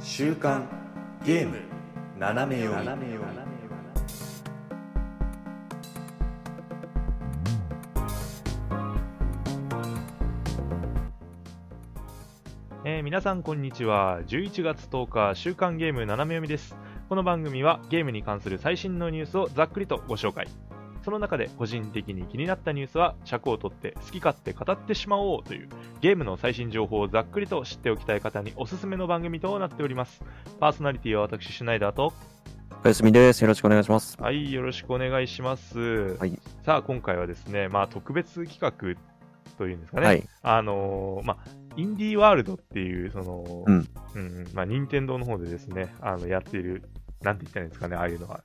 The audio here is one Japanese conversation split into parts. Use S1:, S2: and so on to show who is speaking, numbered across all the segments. S1: 週刊ゲーム斜め読み
S2: えー皆さんこんにちは11月10日週刊ゲーム斜め読みですこの番組はゲームに関する最新のニュースをざっくりとご紹介その中で個人的に気になったニュースは尺を取って好き勝手語ってしまおうというゲームの最新情報をざっくりと知っておきたい方におすすめの番組となっておりますパーソナリティは私シュナイダーと
S3: おやすみです。よろしくお願いします。
S2: はい、よろしくお願いします。
S3: はい
S2: さあ、今回はですね、まあ、特別企画というんですかね、
S3: はい
S2: あのーまあ、インディーワールドっていう、その、
S3: うん
S2: うんまあ、任天堂の方でですね、あの、やっている、なんて言ったらいいんですかね、ああいうのは。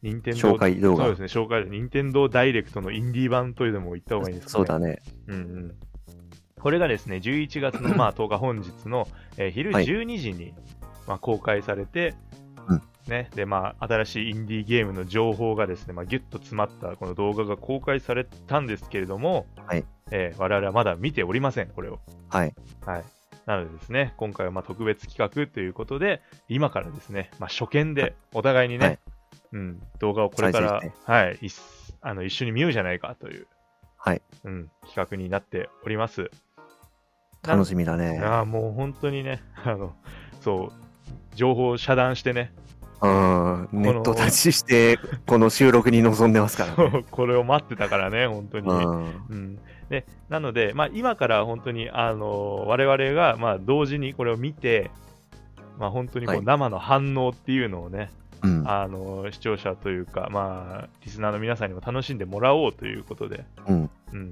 S2: 任天堂
S3: 紹介動
S2: そう
S3: 画
S2: で。すね、紹介で、任天堂ダイレクトのインディー版というのも言った方がいいんですか
S3: そ
S2: ね。
S3: うだね。
S2: うんうん、これがですね11月のまあ10日 本日の、えー昼
S3: はい
S2: 12時に、まあ、公開されて、
S3: うん
S2: ねでまあ、新しいインディーゲームの情報がですね、まあ、ギュッと詰まったこの動画が公開されたんですけれども、
S3: はい
S2: えー我々はまだ見ておりません、これを。
S3: はい。
S2: はい、なのでですね今回はまあ特別企画ということで今からですね、まあ、初見でお互いにね、
S3: はい
S2: うん、動画をこれから、
S3: 再生し
S2: はい、一あの一緒に見ようじゃないかという
S3: はい。
S2: うん、企画になっております。
S3: 楽しみだね。
S2: ああ、もう本当にね、 あの、そう、情報を遮断してね、
S3: うん。ネット立ちして、この収録に臨んでますからね。
S2: これを待ってたからね、本当
S3: う
S2: に。
S3: ん。
S2: うん、でなので、まあ、今から本当に、あの我々が、まあ、同時にこれを見て、まあ、本当にこ
S3: は
S2: う
S3: い
S2: 生の反応っていうのをね、
S3: うん。
S2: あの視聴者というか、まあ、リスナーの皆さんにも楽しんでもらおうということで、
S3: うん
S2: うんうん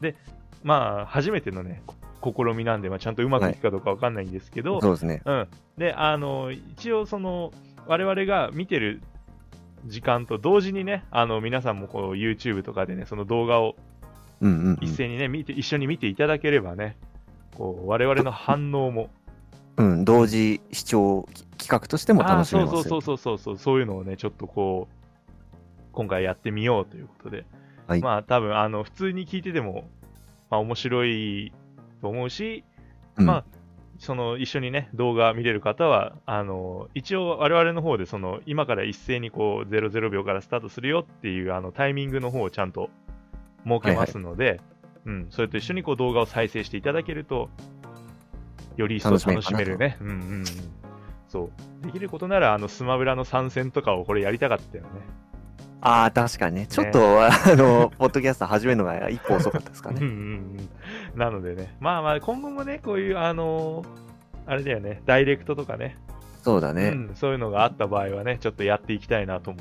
S2: で、まあ、初めてのね、こ試みなんで、まあ、ちゃんとうまくいくかどうかわかんないんですけど、
S3: そうですね。
S2: うん、であの一応その我々が見てる時間と同時にねあの皆さんもこう YouTube とかでねその動画を
S3: うんうん
S2: 一斉にね、見て一緒に見ていただければねこう我々の反応も
S3: うん。うん。同時視聴企画としても
S2: あー
S3: 楽しめ
S2: そう
S3: ます
S2: そう
S3: よ。
S2: そうそうそうそうそういうのをねちょっとこう今回やってみようということで、
S3: はい
S2: まあ多分あの普通に聞いてても、まあ、面白いと思うし
S3: うん
S2: まあ、その一緒にね、動画見れる方は、あの一応、我々の方でその今から一斉にこう00秒からスタートするよっていうあのタイミングの方をちゃんと設けますので、うん、それと一緒にこう動画を再生していただけると、より一層楽しめるね。うんうんうんそうできることなら、あのスマブラの参戦とかをこれやりたかったよね。
S3: ああ、確かにね。ちょっと、あの、ポッドキャスト始めるのが一歩遅かったですか
S2: うん
S3: ね。
S2: うんうん、なのでね、まあまあ、今後もね、こういう、あのあれだよね、ダイレクトとかね、
S3: そうだね。
S2: うん、そういうのがあった場合はね、ちょっとやっていきたいなとも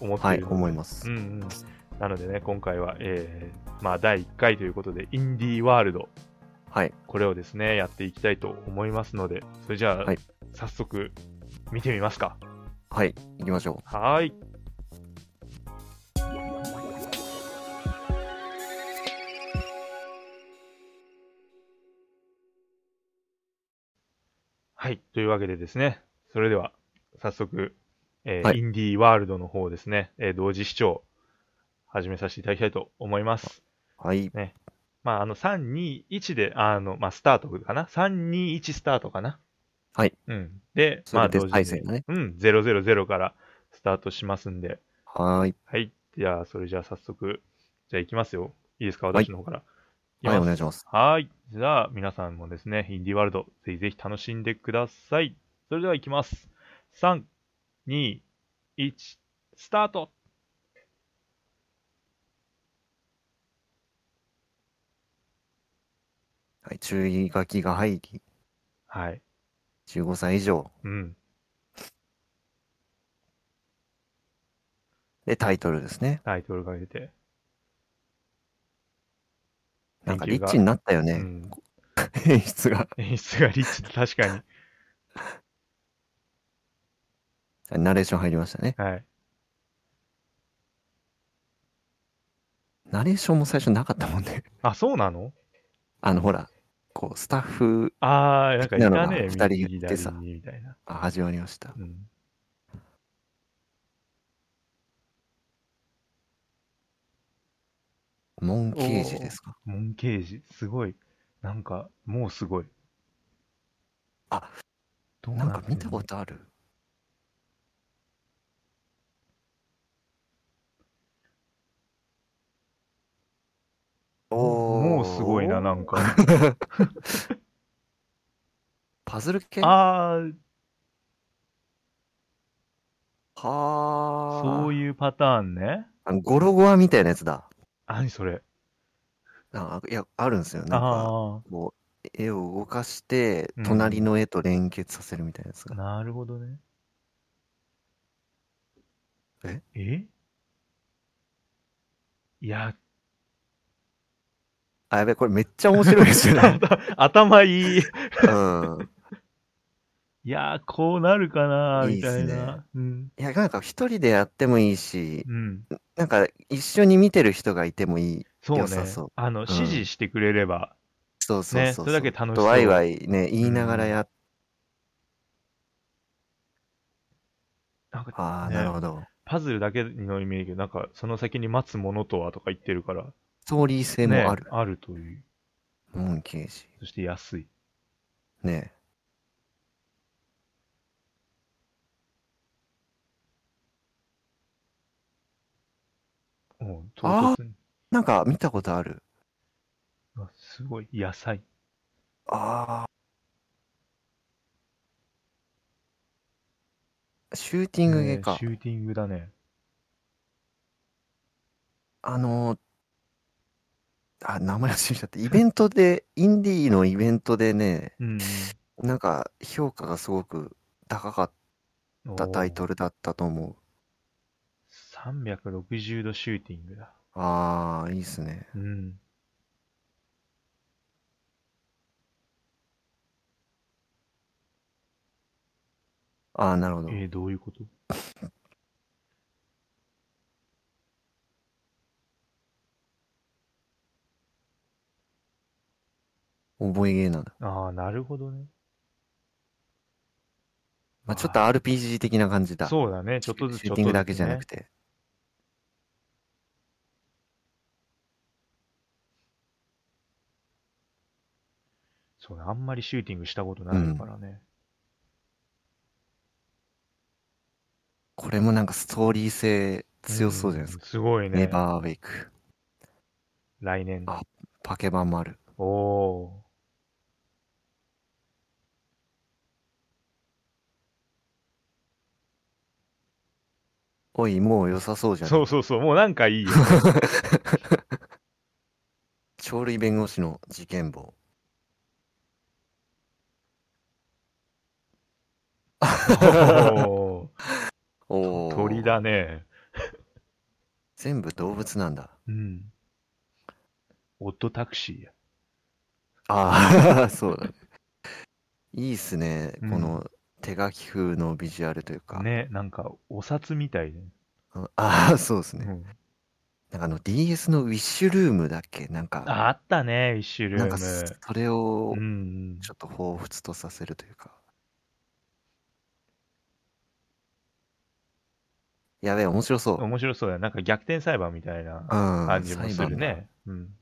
S2: 思って
S3: はいい、
S2: る、
S3: 思います
S2: う。んうん、なのでね、今回は、えーまあ、第1回ということで、インディーワールド、
S3: はい。
S2: これをですね、やっていきたいと思いますので、それじゃあ、
S3: はい
S2: 早速、見てみますか。
S3: はい。行きましょ
S2: はーい。はい。というわけでですね、それでは、早速、えー
S3: はい
S2: インディーワールドの方ですね、えー同時視聴、始めさせていただきたいと思います。
S3: う。はい。
S2: まあ、あの、3、2、1で、あの、まあ、スタートかな ?3、2、1スタートかな
S3: はい。
S2: うん。で、
S3: そ
S2: まあ、
S3: れで
S2: 同時
S3: 対
S2: に
S3: 戦、だね。
S2: うん、000からスタートしますんで、
S3: はい。
S2: はい。じゃあ、それじゃあ早速、じゃあ行きますよ。いいですか
S3: はい
S2: 私の方から。
S3: はい、お
S2: は
S3: 願
S2: い
S3: いします。
S2: はい。じゃあ、皆さんもですね、インディーワールド、ぜひぜひ楽しんでください。それでは行きます。3、2、1、スタート
S3: はい。注意書きが入り、
S2: はい。
S3: 15歳以上。
S2: うん。
S3: で、タイトルですね。
S2: タイトルが出て。
S3: なんか
S2: 研
S3: リ
S2: 究が
S3: ッチになったよ
S2: う
S3: ね、
S2: ん。
S3: 演出が。
S2: 演出がリッチだ確かに。
S3: ナレーション入りましたね。
S2: はい。
S3: ナレーションも最初なかったもんね。
S2: あ、そうなの
S3: あの、ほら、こう、スタッフ、
S2: あー、なんかい
S3: 好き
S2: たね。
S3: なのが二人
S2: 右
S3: 言ってさ
S2: 左にみたいな。
S3: あ始まりました。
S2: うん。
S3: モンケージですか。
S2: モンケージ、すごい。なんか、もうすごい。
S3: あ、
S2: どう
S3: なんか
S2: て
S3: 見
S2: んだ
S3: た
S2: ろう
S3: ことある。おー
S2: もうすごいな、なんか。
S3: パズル系は
S2: あー、
S3: あ。
S2: そういうパターンね。
S3: あのゴロゴアみたいなやつだ。
S2: 何それ。
S3: あいや、あるんですよ。なんか、
S2: あ
S3: こう、絵を動かして
S2: うん、
S3: 隣の絵と連結させるみたいなやつ
S2: ー、
S3: が。
S2: なるほどね。
S3: え
S2: えいや、
S3: あ、やべ、これめっちゃ面白いですよ ね。
S2: 頭いい。
S3: うん。
S2: いやー、こうなるかな、みたい
S3: いいっすね
S2: な。うん。
S3: いや、なんか一人でやってもいいし、
S2: うん。
S3: なんか一緒に見てる人がいてもいい。
S2: そうね
S3: 良さそう。
S2: あの、指示してくれれば。
S3: そうそうそう
S2: ね
S3: う。
S2: それだけ楽しそ
S3: と
S2: う
S3: ワイワイね、言いながらやっ、
S2: なんか
S3: ああ、
S2: ね
S3: なるほど。
S2: パズルだけのイメージけど、なんか、その先に待つものとはとか言ってるから。
S3: ストーリー性
S2: ね
S3: もある。
S2: あるという。
S3: モンキージ。
S2: そして安い。
S3: ね
S2: うん、
S3: あ
S2: 唐突に
S3: なんか見たことある。
S2: あすごい、野菜。
S3: ああ。シューティングゲー
S2: ね
S3: か
S2: シ。ューティングだね。
S3: あのー、あ、名前忘れちゃった。イベントで、インディーのイベントでね、
S2: うん
S3: なんか評価がすごく高かっ
S2: うん。
S3: たタイト
S2: ル。
S3: ルだったと思う。
S2: 360度シューティングだ。
S3: ああ、いいっすね。
S2: うん。
S3: ああ、なるほど。
S2: えー、どういうこと
S3: 覚えゲーなんだ。
S2: ああ、なるほどね。
S3: まあ、ちょっと RPG 的な感じだ。
S2: そうだね。ちょっとずつ
S3: シューティングだけじゃなく
S2: て。
S3: て。
S2: そうね。あんまりシューティングしたことないからね。
S3: これもなんかストーリー性強そうじゃないですか。
S2: か。すごい
S3: ネ
S2: ね。
S3: バーウェイク。
S2: 来年。
S3: あパケ版もある。
S2: おお
S3: おい、もう良さそうじ
S2: ー。
S3: ゃん。
S2: そうそうそう。もうなんかいい よ。
S3: 鳥類弁護士の事件簿。
S2: お
S3: お
S2: ー
S3: ー
S2: 鳥だね。
S3: 全部動物なんだ。
S2: うん。オットタクシーや。
S3: ああ、 そうだね。いいっすね。
S2: うん
S3: この手書き風のビジュアルというか。
S2: ね、なんか、お札みたいね。
S3: うんああ、そうです
S2: う
S3: ね。
S2: ん
S3: なんかあの DS のウィッシュルームだっけなんか、
S2: ああったね、ウィッシュル
S3: なん
S2: ー
S3: か
S2: ム。
S3: それを
S2: うんうん、
S3: ちょっと彷彿とさせるというか。やべえ、面白そう。
S2: 面白そうだよ。なんか逆転裁判みたいな
S3: うん、
S2: 感じも
S3: 裁
S2: す
S3: 判
S2: る
S3: だ。
S2: ね。 うん。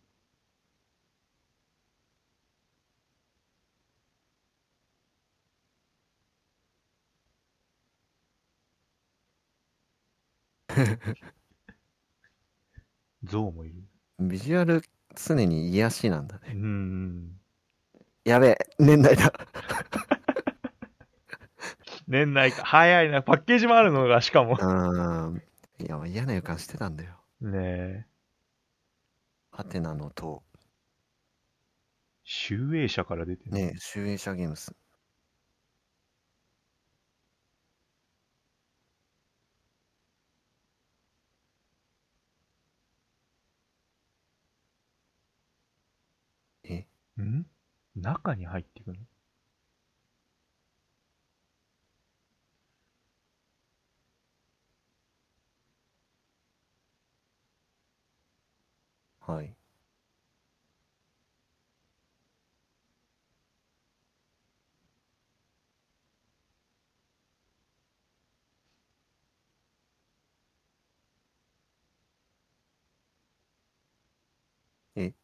S2: 象もいる。
S3: ビジュアル常に癒やしなんだね。
S2: うんうん。
S3: やべえ、年代だ。
S2: 年内か。早いな。パッケージもあるのが、しかも。
S3: うん。いや、嫌な予感してたんだよ。
S2: ねえ。
S3: ハテナの塔。
S2: 集英社から出てる。
S3: ねえ、集英社ゲームス。え
S2: ん中に入っていくの
S3: はい。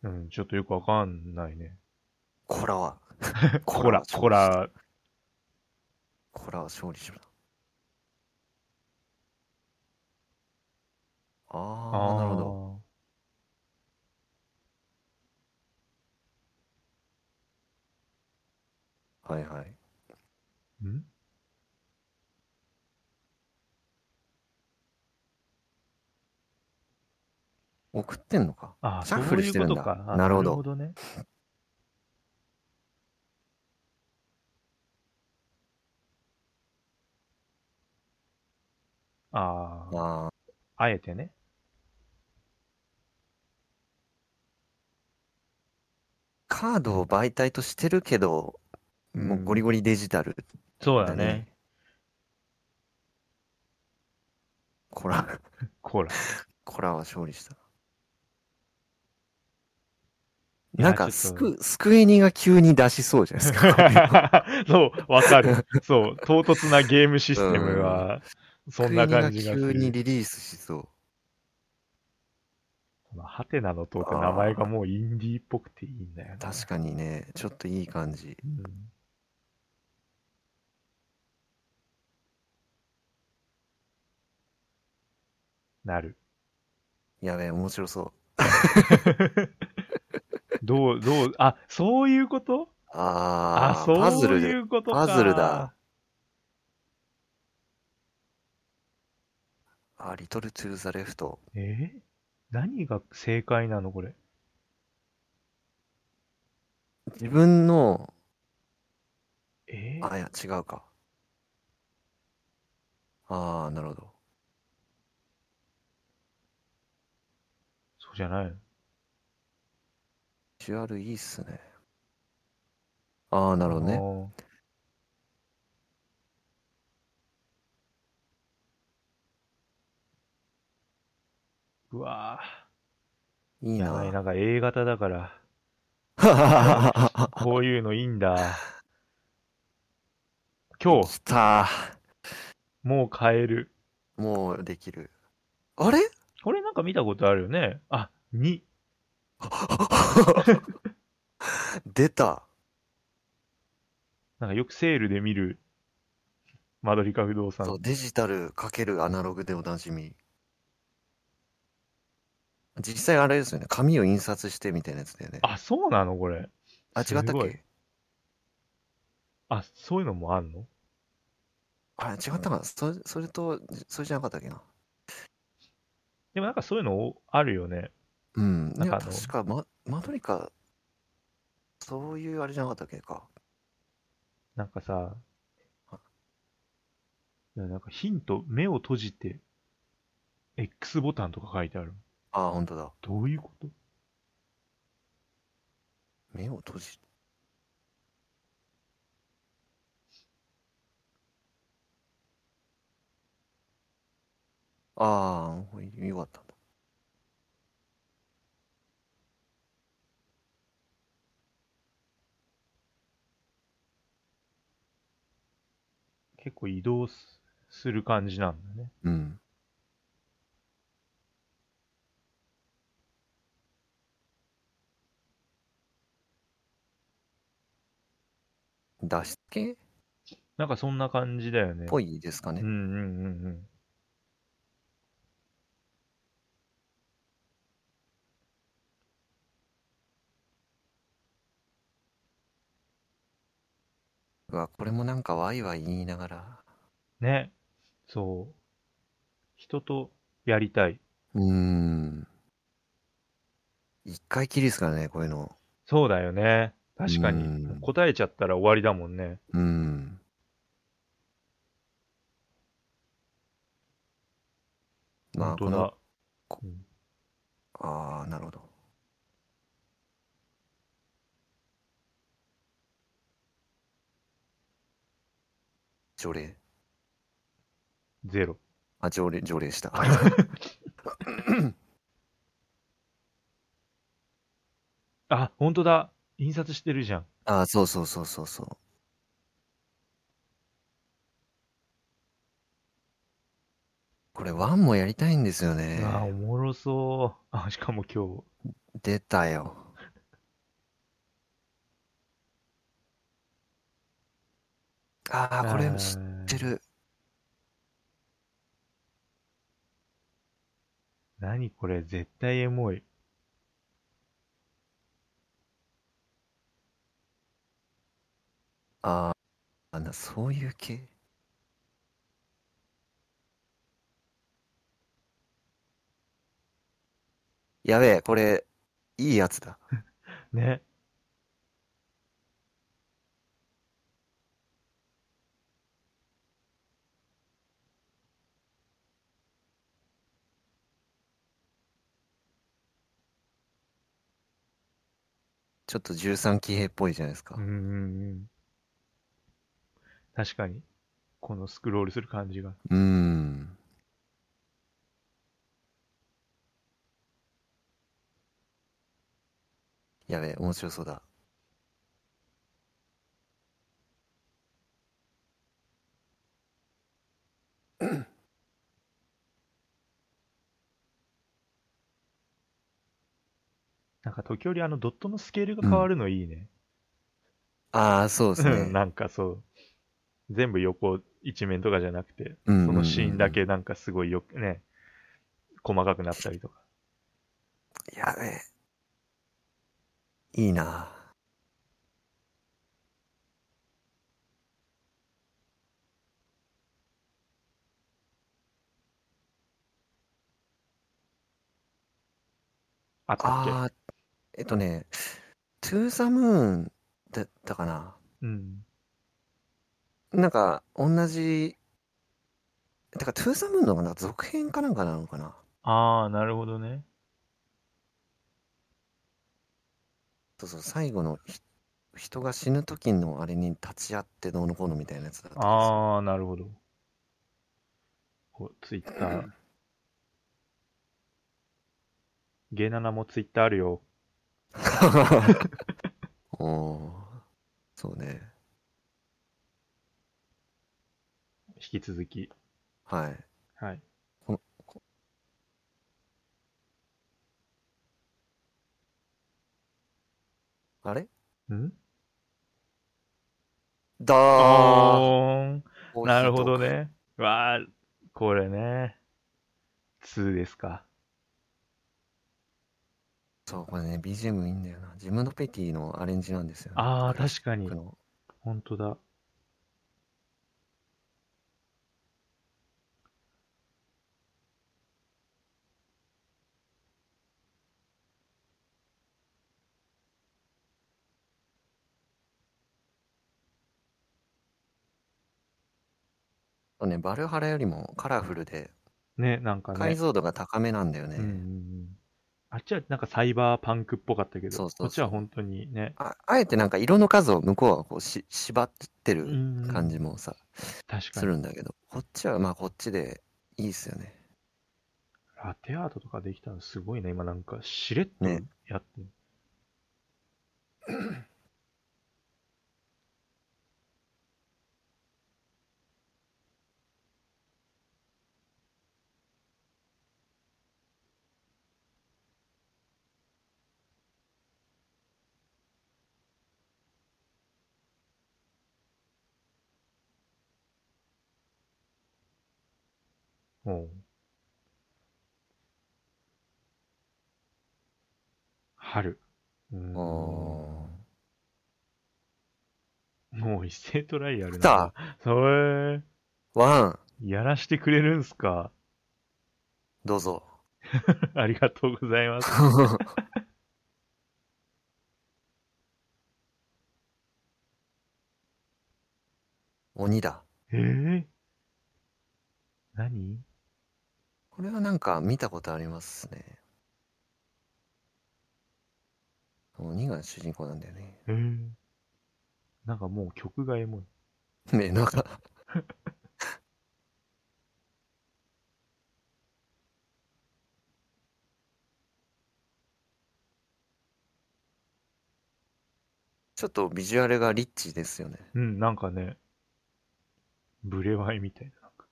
S2: うん、ちょっとよくわかんないね。
S3: コラは。
S2: コラ、コ。ラ、
S3: これは勝利しろだ。ああ、なるほど。
S2: ど。
S3: はいはい。
S2: ん
S3: 送ってんのか。
S2: あー
S3: シャッフルしてるんだ
S2: そういうことかあ
S3: なるほど
S2: なるほどね。ああ、
S3: ああ、
S2: あえてね。
S3: カードを媒体としてるけど、もうゴリ
S2: ゴ
S3: ゴリデジタル
S2: リ。そう
S3: だ
S2: だ
S3: ね。
S2: ね。
S3: こら、
S2: こら。
S3: こらは勝利した。
S2: や
S3: なんか
S2: ち
S3: ス
S2: ょっと
S3: ク、スクエニが急に出しそうじゃないです か。
S2: そう、わかる。そう、唐突なゲームシステムは、そんな感じがす
S3: スクエニ急に
S2: る。
S3: リリースしそう。
S2: このハテナの塔って名前がもうインディーっぽくていいんだよな。
S3: 確かにね、ちょっといい感じ。
S2: うんなる。
S3: やべえ、面白そう。
S2: どう、どう、あ、そういうこと
S3: あ
S2: あ
S3: あ、
S2: そう
S3: パズル
S2: い
S3: で。
S2: うことか。
S3: パズルだ。あ、リトル・トゥ・ザ・レフト。
S2: え何が正解なのこれ。
S3: 自分の、
S2: え
S3: あ、いや、違うか。ああ、なるほど。
S2: そうじゃないの
S3: シュアルいいっすね。ああ、なるほどね。
S2: ね。うわ
S3: いい
S2: ぁ。やばい、
S3: な。
S2: なんか A 型だから、 こういうのいいんだ。今
S3: き
S2: 日、
S3: た
S2: もう変える。
S3: もうできる。あれ
S2: これなんか見たことあるよね。あ、2。
S3: 出た。
S2: なんかよくセールで見る、マドリカ不動産
S3: そう、。デジタルかけるアナログでおなじみ。実際あれですよね。紙を印刷してみたいなやつだよね。
S2: あ、そうなのこれ。
S3: あ、違った
S2: す
S3: っ
S2: ごい
S3: け
S2: あ、そういうのもあんの
S3: あれ、違ったかなそれ、それと、それじゃなかったっけな
S2: でもなんかそういうのおあるよね。
S3: うん。
S2: なん
S3: い
S2: か
S3: や、
S2: あの
S3: 確か、ま、マドリカ、そういうあれじゃなかったっけか。
S2: なんかさ、なんかヒント、目を閉じて、X ボタンとか書いてある。
S3: ああ、本当だ。
S2: どういうこと
S3: 目を閉じて。ああ、よかったんだ。
S2: 結構移動すする感じなんだね。
S3: うん。脱出系っ
S2: なんかそんな感じだよね。
S3: ぽいですか
S2: うんう
S3: ね。
S2: んうんうん。
S3: うわ、これもなんかワイワイ言いながら。
S2: ね。そう。人とやりたい。
S3: うーん。一回きりですからね、こういうの。
S2: そうだよね。確か
S3: う
S2: に。
S3: ん
S2: 答えちゃったら終わりだもんね。
S3: うーん。まあ、
S2: 本当
S3: この、
S2: だ。
S3: ああ、なるほど。条例。
S2: ゼロ。
S3: あ、条例、条例 した。
S2: あ、本当だ。印刷してるじゃん。
S3: あ、そうそうそうそうそう。これワンもやりたいんですよね。
S2: あ、おもろそう。あ、しかも今日。
S3: 出たよ。ああ、これ
S2: うん
S3: 知ってる。
S2: 何これ、絶対エモい。
S3: あーあな、そういう系。やべえ、これ、いいやつだ。
S2: ね。
S3: ちょっと13騎兵っぽいじゃないですか
S2: うん。うんうん。確かに、このスクロールする感じが。
S3: うーん。やべえ、面白そうだ。
S2: なんか時折あのドットのスケールが変わるのいいね。
S3: ああ、そうです
S2: うん、
S3: ね。
S2: なんかそう。全部横一面とかじゃなくて、
S3: そ
S2: そのシーンだ。けなんかすごいよくね、細かくなったりとか。
S3: やべえ。いいな。
S2: あったっ
S3: ああ、えっとね、トゥーザムーンだったかな。
S2: けうん。
S3: なんか、同じ、だからトゥーザムーンの方がなんか続編かなんかなのかな。
S2: ああ、なるほどね。
S3: そうそう、最後のひ人が死ぬ時のあれに立ち会ってどうのこうのみたいなやつだったんですよ
S2: ああ、なるほど。こう、ツイッター。ゲイナナもツイッターあるよ。
S3: おーそうね。
S2: 引き続き。
S3: はい。
S2: はい。
S3: あれ
S2: ん
S3: だー
S2: おーん。なるほど。ね。わあ、これね。2ですか。
S3: そう、これね、BGM いいんだよな。ジムノペティのアレンジなんですよ、ね。
S2: ああ、確かに
S3: 僕。の
S2: 本当だ。
S3: そうね、バルハラよりもカラフルで、
S2: ね、なんかね。
S3: 解像度が高めなんだよね。
S2: うんうんうん。あっちはなんかサイバーパンクっぽかったけど、
S3: そうそうそう
S2: こっちは本当にね。
S3: ああえてなんか色の数を向こうはこうし縛ってる
S2: うん。
S3: 感じもさ、
S2: 確
S3: す
S2: かに。
S3: るんだけど、こっちはまあこっちでいいっすよね。
S2: ラテアートとかできたのすごいね。今なんかしれっと
S3: ね
S2: やってる。おう春。うん
S3: お
S2: もう一斉トライアル
S3: 来
S2: だ
S3: た
S2: それ、
S3: ーワン、
S2: やらしてくれるんすか
S3: どうぞ。
S2: ありがとうございます。
S3: 鬼だ。
S2: えー、何
S3: これはなんか見たことありますね。鬼が主人公なんだよね。
S2: えー、なんかもう曲がエモい。
S3: ねえ、なんか。ちょっとビジュアルがリッチですよね。
S2: うん、なんかね、ブレワイみたいな。なんか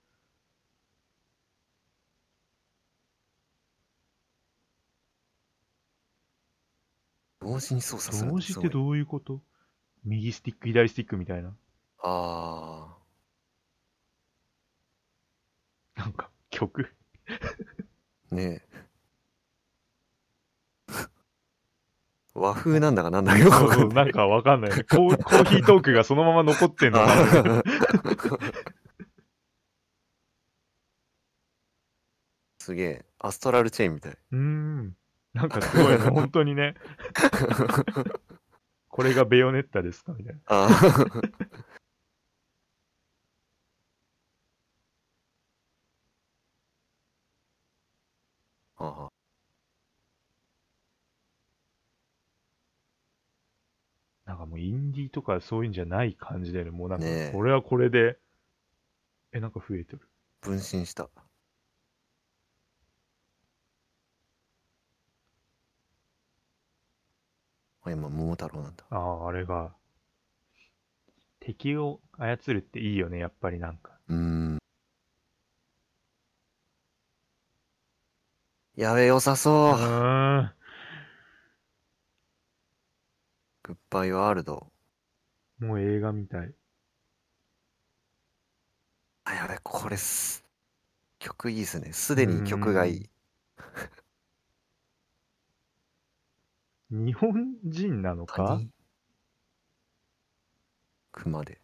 S3: 同時に操作するの
S2: 同時っ
S3: すご
S2: て
S3: い
S2: どういうこと右スティック、左スティックみたいな。
S3: あ
S2: なんか、曲。
S3: あ、ね え。和風なんだかなんだかよくわかんない。
S2: なんかわか んない。コーコーヒートークがそのまま残ってんのかな。
S3: すげえ、アストラルチェーンみたい。
S2: うーん。なんかすごいね、本当 にね。これがベヨネッタですかみたいな。
S3: あー あー。
S2: なんかもうインディーとかそういうんじゃない感じでね、もうなんか
S3: ねえ、
S2: これはこれで、え、なんか増えてる。
S3: 分身した。あ、今、桃太郎なんだ。
S2: ああ、あれが。敵を操るっていいよね、やっぱりなんか。
S3: うーん。やべえ、良さ
S2: う
S3: そう。
S2: ーん。
S3: グッバイワールド。
S2: もう映画みたい。
S3: あ、やべえ、これす。曲いいですね。すでに曲がいい。
S2: 日本人なのか
S3: 何熊で。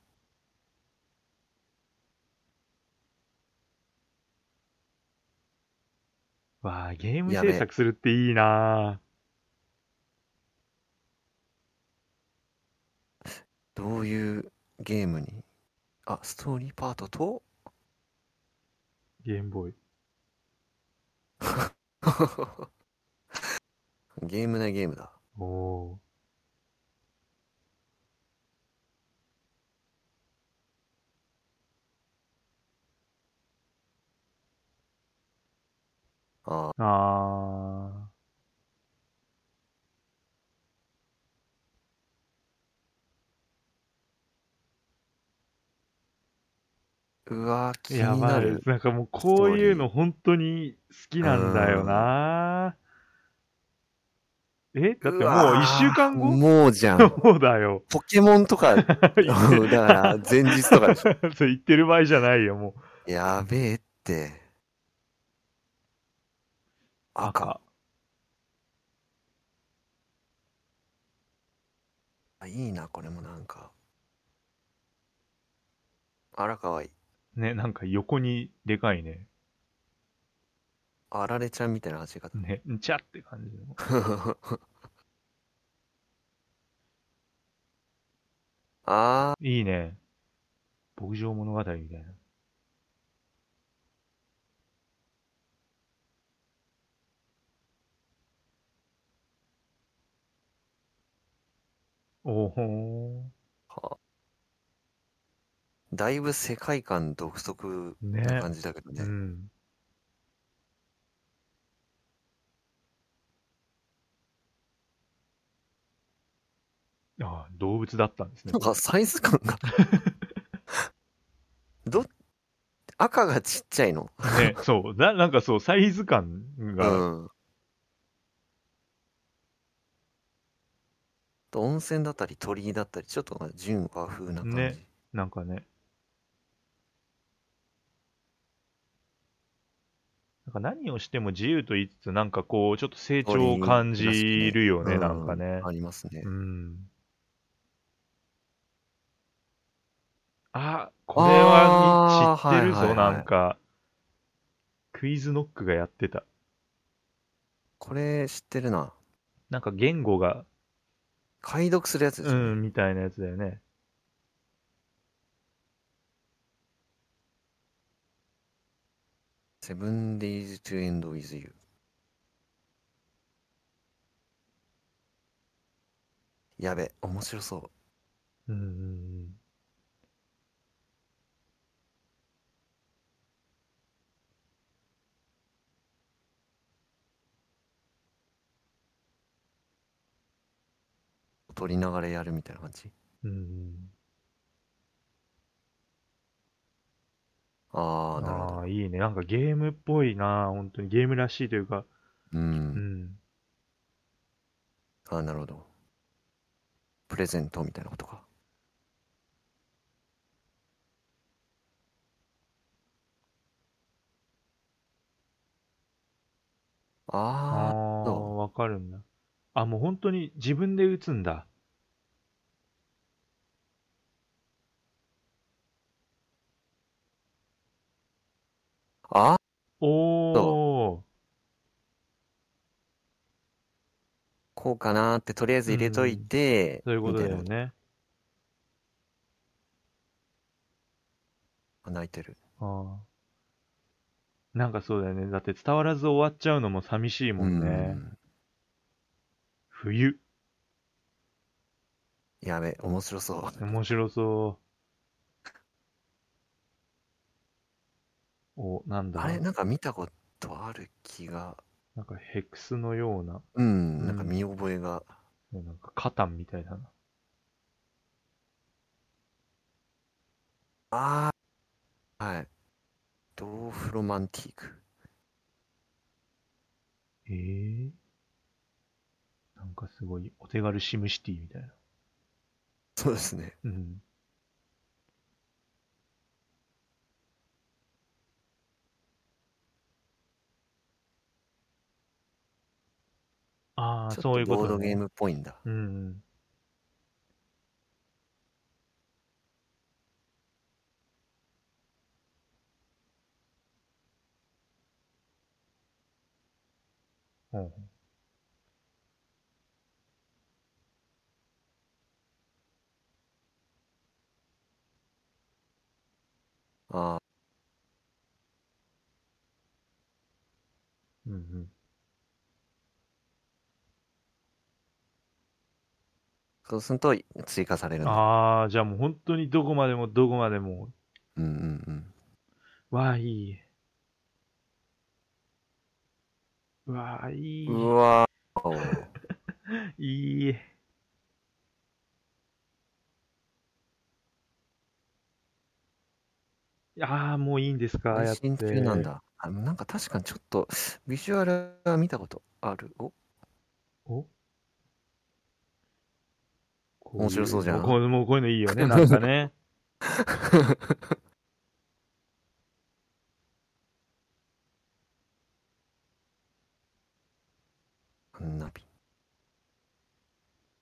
S2: わあ、ゲーム
S3: やべえ
S2: 制作するっていいな
S3: どういうゲームにあ、ストーリーパートと
S2: ゲームボーイ。
S3: ゲームなゲームだ。
S2: おお
S3: あ
S2: ー。あ
S3: ーうわー、気
S2: ー。や
S3: にな
S2: ばい
S3: る。。
S2: なんかもうこういうの本当に好きなんだよなえだってもう
S3: うわー
S2: 一週間後
S3: もうじゃん。
S2: そうだよ。
S3: ポケモンと か、だか
S2: 言ってる
S3: ら前日とかでし
S2: そう言ってる場合じゃないよ、もう。
S3: ょ。やべえって。赤。あいいな、これもなんか。あら、かわいい。
S2: ね、なんか横にでかいね。
S3: あられちゃんみたいな走り方。
S2: ね、んちゃって感じの。
S3: あー、
S2: いいね。牧場物語みたいな。おほ
S3: だいぶ世界観独特
S2: ー。
S3: な
S2: ね。
S3: 感じだけど
S2: う
S3: ね。
S2: ん。ああ、動物だったん ですね
S3: なん。かサイズ感がどっ赤がちっちゃいの
S2: ね、そう。な、なんかそう、サイズ感
S3: う
S2: が、
S3: ん。と温泉だったり鳥居だったりちょっと純和風な感じ。
S2: ねなんかね。なんか何をしても自由と言いつつ、なんかこう、ちょっと成長を感じるよね、
S3: う
S2: なんかね。
S3: ありますね
S2: う。ん。あ、これは
S3: あ
S2: 知
S3: ー
S2: ってるぞ、
S3: はいはいはい
S2: なんか。クイズノックがやってた。
S3: これ知ってるな。
S2: なんか言語が、
S3: 解読するやつです
S2: う
S3: よね。
S2: ん、みたいなやつだよね。
S3: セブンデイズ・トゥ・エンド・ウィズ・ユー。やべ、面白そう。
S2: うんうんうん。
S3: 撮りながらやるみたいな感じ。
S2: うん
S3: あ
S2: う
S3: あ、
S2: ん、
S3: なるほど。
S2: ああ、いいね。なんかゲームっぽいな、本当にゲームらしいというか。
S3: う。
S2: うんん。
S3: ああ、なるほど。プレゼントみたいなことか。
S2: あ
S3: あ
S2: あ、
S3: ど
S2: わかるんだ。あ、もう本当に自分で打つんだ。
S3: あ、ああ、
S2: おー。
S3: こうかなって、とりあえず入れといて、
S2: そういうことだよ
S3: みたい
S2: ね。
S3: な。泣いてる。
S2: あーなんかそうだよね。だって伝わらず終わっちゃうのも寂しいもんね。
S3: ん
S2: 冬。
S3: やべ、面白そう。
S2: 面白そう。お、なんだ
S3: あれ、なんか見たことある気が、
S2: なんかヘクスのような、
S3: うん、なんか見覚えが。
S2: なんかカタンみたいだな。
S3: ああ、はい。ドーフロマンティーク。
S2: ええなんかすごい、お手軽シムシティみたいな。
S3: そうですね。
S2: うん。ああ、
S3: ちょっ
S2: そういうこ
S3: ボー
S2: と
S3: ドゲ
S2: ね。
S3: ームっぽいんだ。
S2: うんうん。ほうほう
S3: あ
S2: うんうん。
S3: あ、そうすると追加されるんだ。
S2: ああ、じゃあもう本当にどこまでもどこまでも、
S3: うんうんうん。
S2: わあ、いい。うわあ、いい。
S3: うわーおー
S2: いい。ああ、もういいんですか、や
S3: 配
S2: って。
S3: 信中なんだ。あなんか確かにちょっと、ビジュアルは見たことある。お
S2: おこい
S3: 面白そうじゃん
S2: もうこうもうこういうのいい よね、なんかね。
S3: 花火。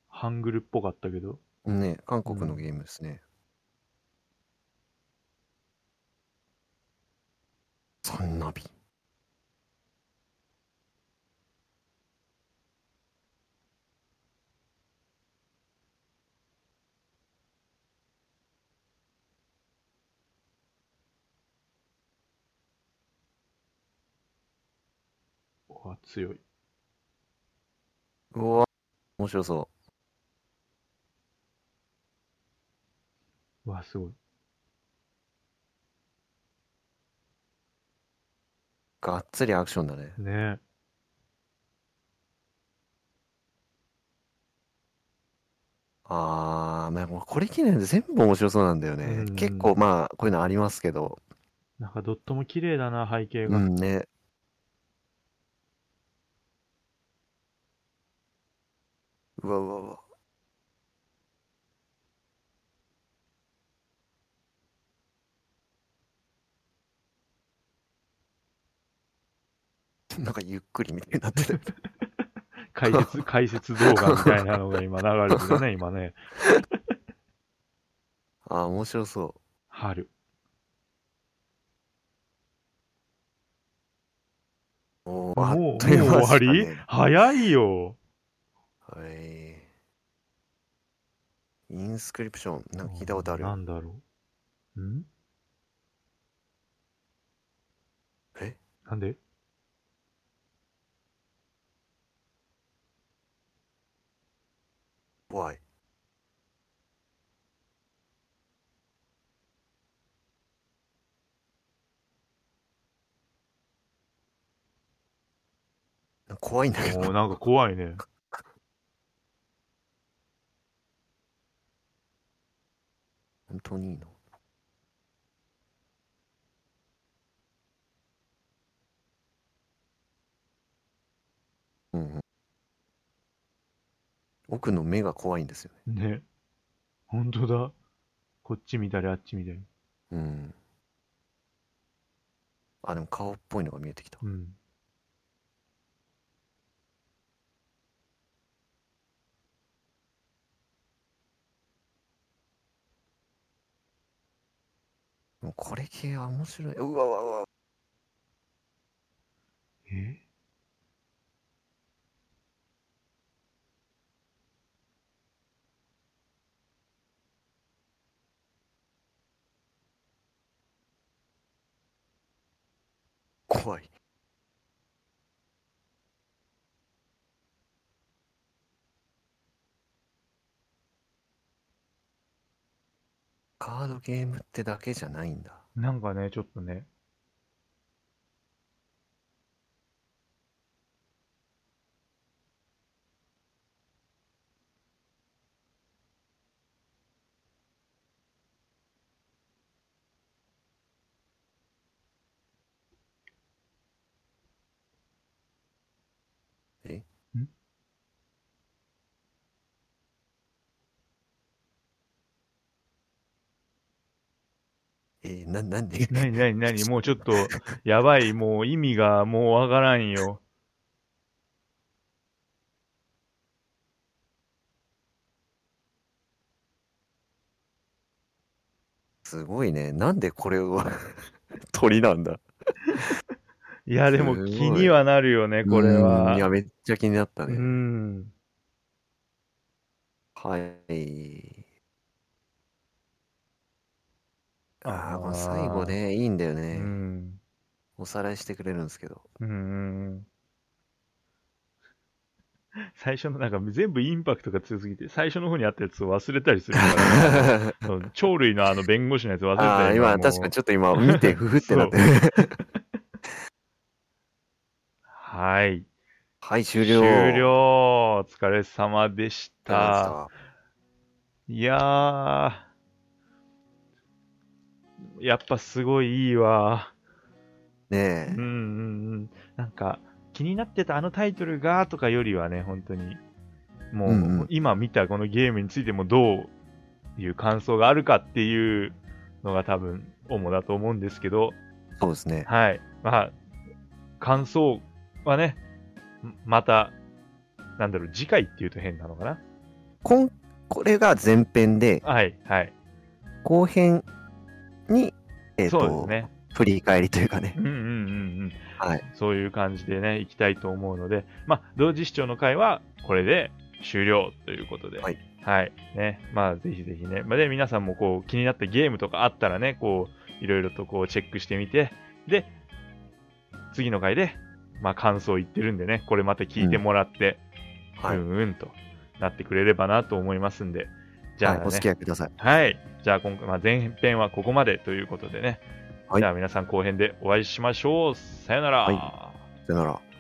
S2: ハングルっぽかったけど。
S3: ね韓国のゲームですね。サンナビ。
S2: うわ、強い。
S3: うわ、面白そう
S2: わ、すごい。
S3: う。がっつりアクションだね。
S2: ねえ。
S3: あー、まあ、もうこれきれいで全部面白そうなんだよね
S2: う。ん
S3: 結構まあ、こういうのありますけど。
S2: なんかドットも綺麗だな、背景
S3: う
S2: が。
S3: んね。うわうわうわ。なんかゆっくりみたいになって る。
S2: 解 説、解説動画みたいなのが今流れてるね、今ね。
S3: ああ、面白そ
S2: 春。
S3: う。おー
S2: も う、
S3: あっ
S2: もう
S3: とい
S2: 終
S3: う間でし
S2: わ
S3: た
S2: り
S3: ね
S2: 早いよ。
S3: はい。インスクリプション、なんか聞いたことある。
S2: なんだろう。ん
S3: え
S2: なんで
S3: 怖い。怖いんだけど。
S2: もうなんか怖いね。
S3: 本当にいいのうんうん。奥の目が怖いんですよね。
S2: ね。ほんとだ。こっち見たり、あっち見たり。
S3: うん。あ、でも顔っぽいのが見えてきた。
S2: うん。
S3: これ系は面白い。うわうわうわ。
S2: え
S3: 怖い。カードゲームってだけじゃないんだ。
S2: なんかね、ちょっとね。
S3: え
S2: ん
S3: えー、な、なんで
S2: なになになにもうちょっと、やばい、もう意味がもうわからんよ。
S3: すごいね。なんでこれ は鳥なんだ。
S2: いや、でも
S3: すごい
S2: 気にはなるよね、これ
S3: うんいや、
S2: は。
S3: めっちゃ気になった
S2: う
S3: ね。
S2: ん。
S3: はい。ああ、こ
S2: あー
S3: の最後ね、いいんだよ
S2: う
S3: ね、
S2: ん。
S3: おさらいしてくれるんですけ ど。
S2: うん。 最初の、なんか全部インパクトが強すぎて、最初の方にあったやつを忘れたりするから、
S3: あ
S2: そう鳥類のあの弁護士のやつ忘れた
S3: あー、
S2: り
S3: 今、確かに
S2: ょっ
S3: ちょっと今、見て、ふふってなって る。
S2: と。はい。
S3: はい、終
S2: 終
S3: 了。
S2: 了。お疲れ様でした。いやー、やっぱすごいいいわ。
S3: ね
S2: うんうんうん。なんか、気になってたあのタイトルがとかよりはね、本当に、もう、
S3: うんうん
S2: 今見たこのゲームについてもどういう感想があるかっていうのが多分、主だと思うんですけど、
S3: え、そうですね。
S2: はい。まあ、感想はね、また、なんだろう、次回っていうと変なのかな。
S3: こんこれが前編で、
S2: はい、はい。
S3: 後編に、えっ、
S2: そうです
S3: と、
S2: ね。
S3: 振り返りというかね
S2: う。んうんうんうん。
S3: はい。
S2: そういう感じでね、いきたいと思うので、まあ、同時視聴の回はこれで終了ということで、
S3: はい。
S2: ね。まあ、ぜひぜひね。まあ、で、皆さんもこう、気になったゲームとかあったらね、こう、いろいろとこう、チェックしてみて、で、次の回で、まあ、感想言ってるんでね、これまた聞いてもらって、うん、
S3: はい。
S2: うんうんとなってくれればなと思いますんで、じゃあ、ね
S3: はい、お付き合いください。
S2: はい。じゃあ今回、まあ、前編はここまでということでね。
S3: はい
S2: じゃあ皆さん後編でお会いしましょう。さよなら。
S3: はいさよなら。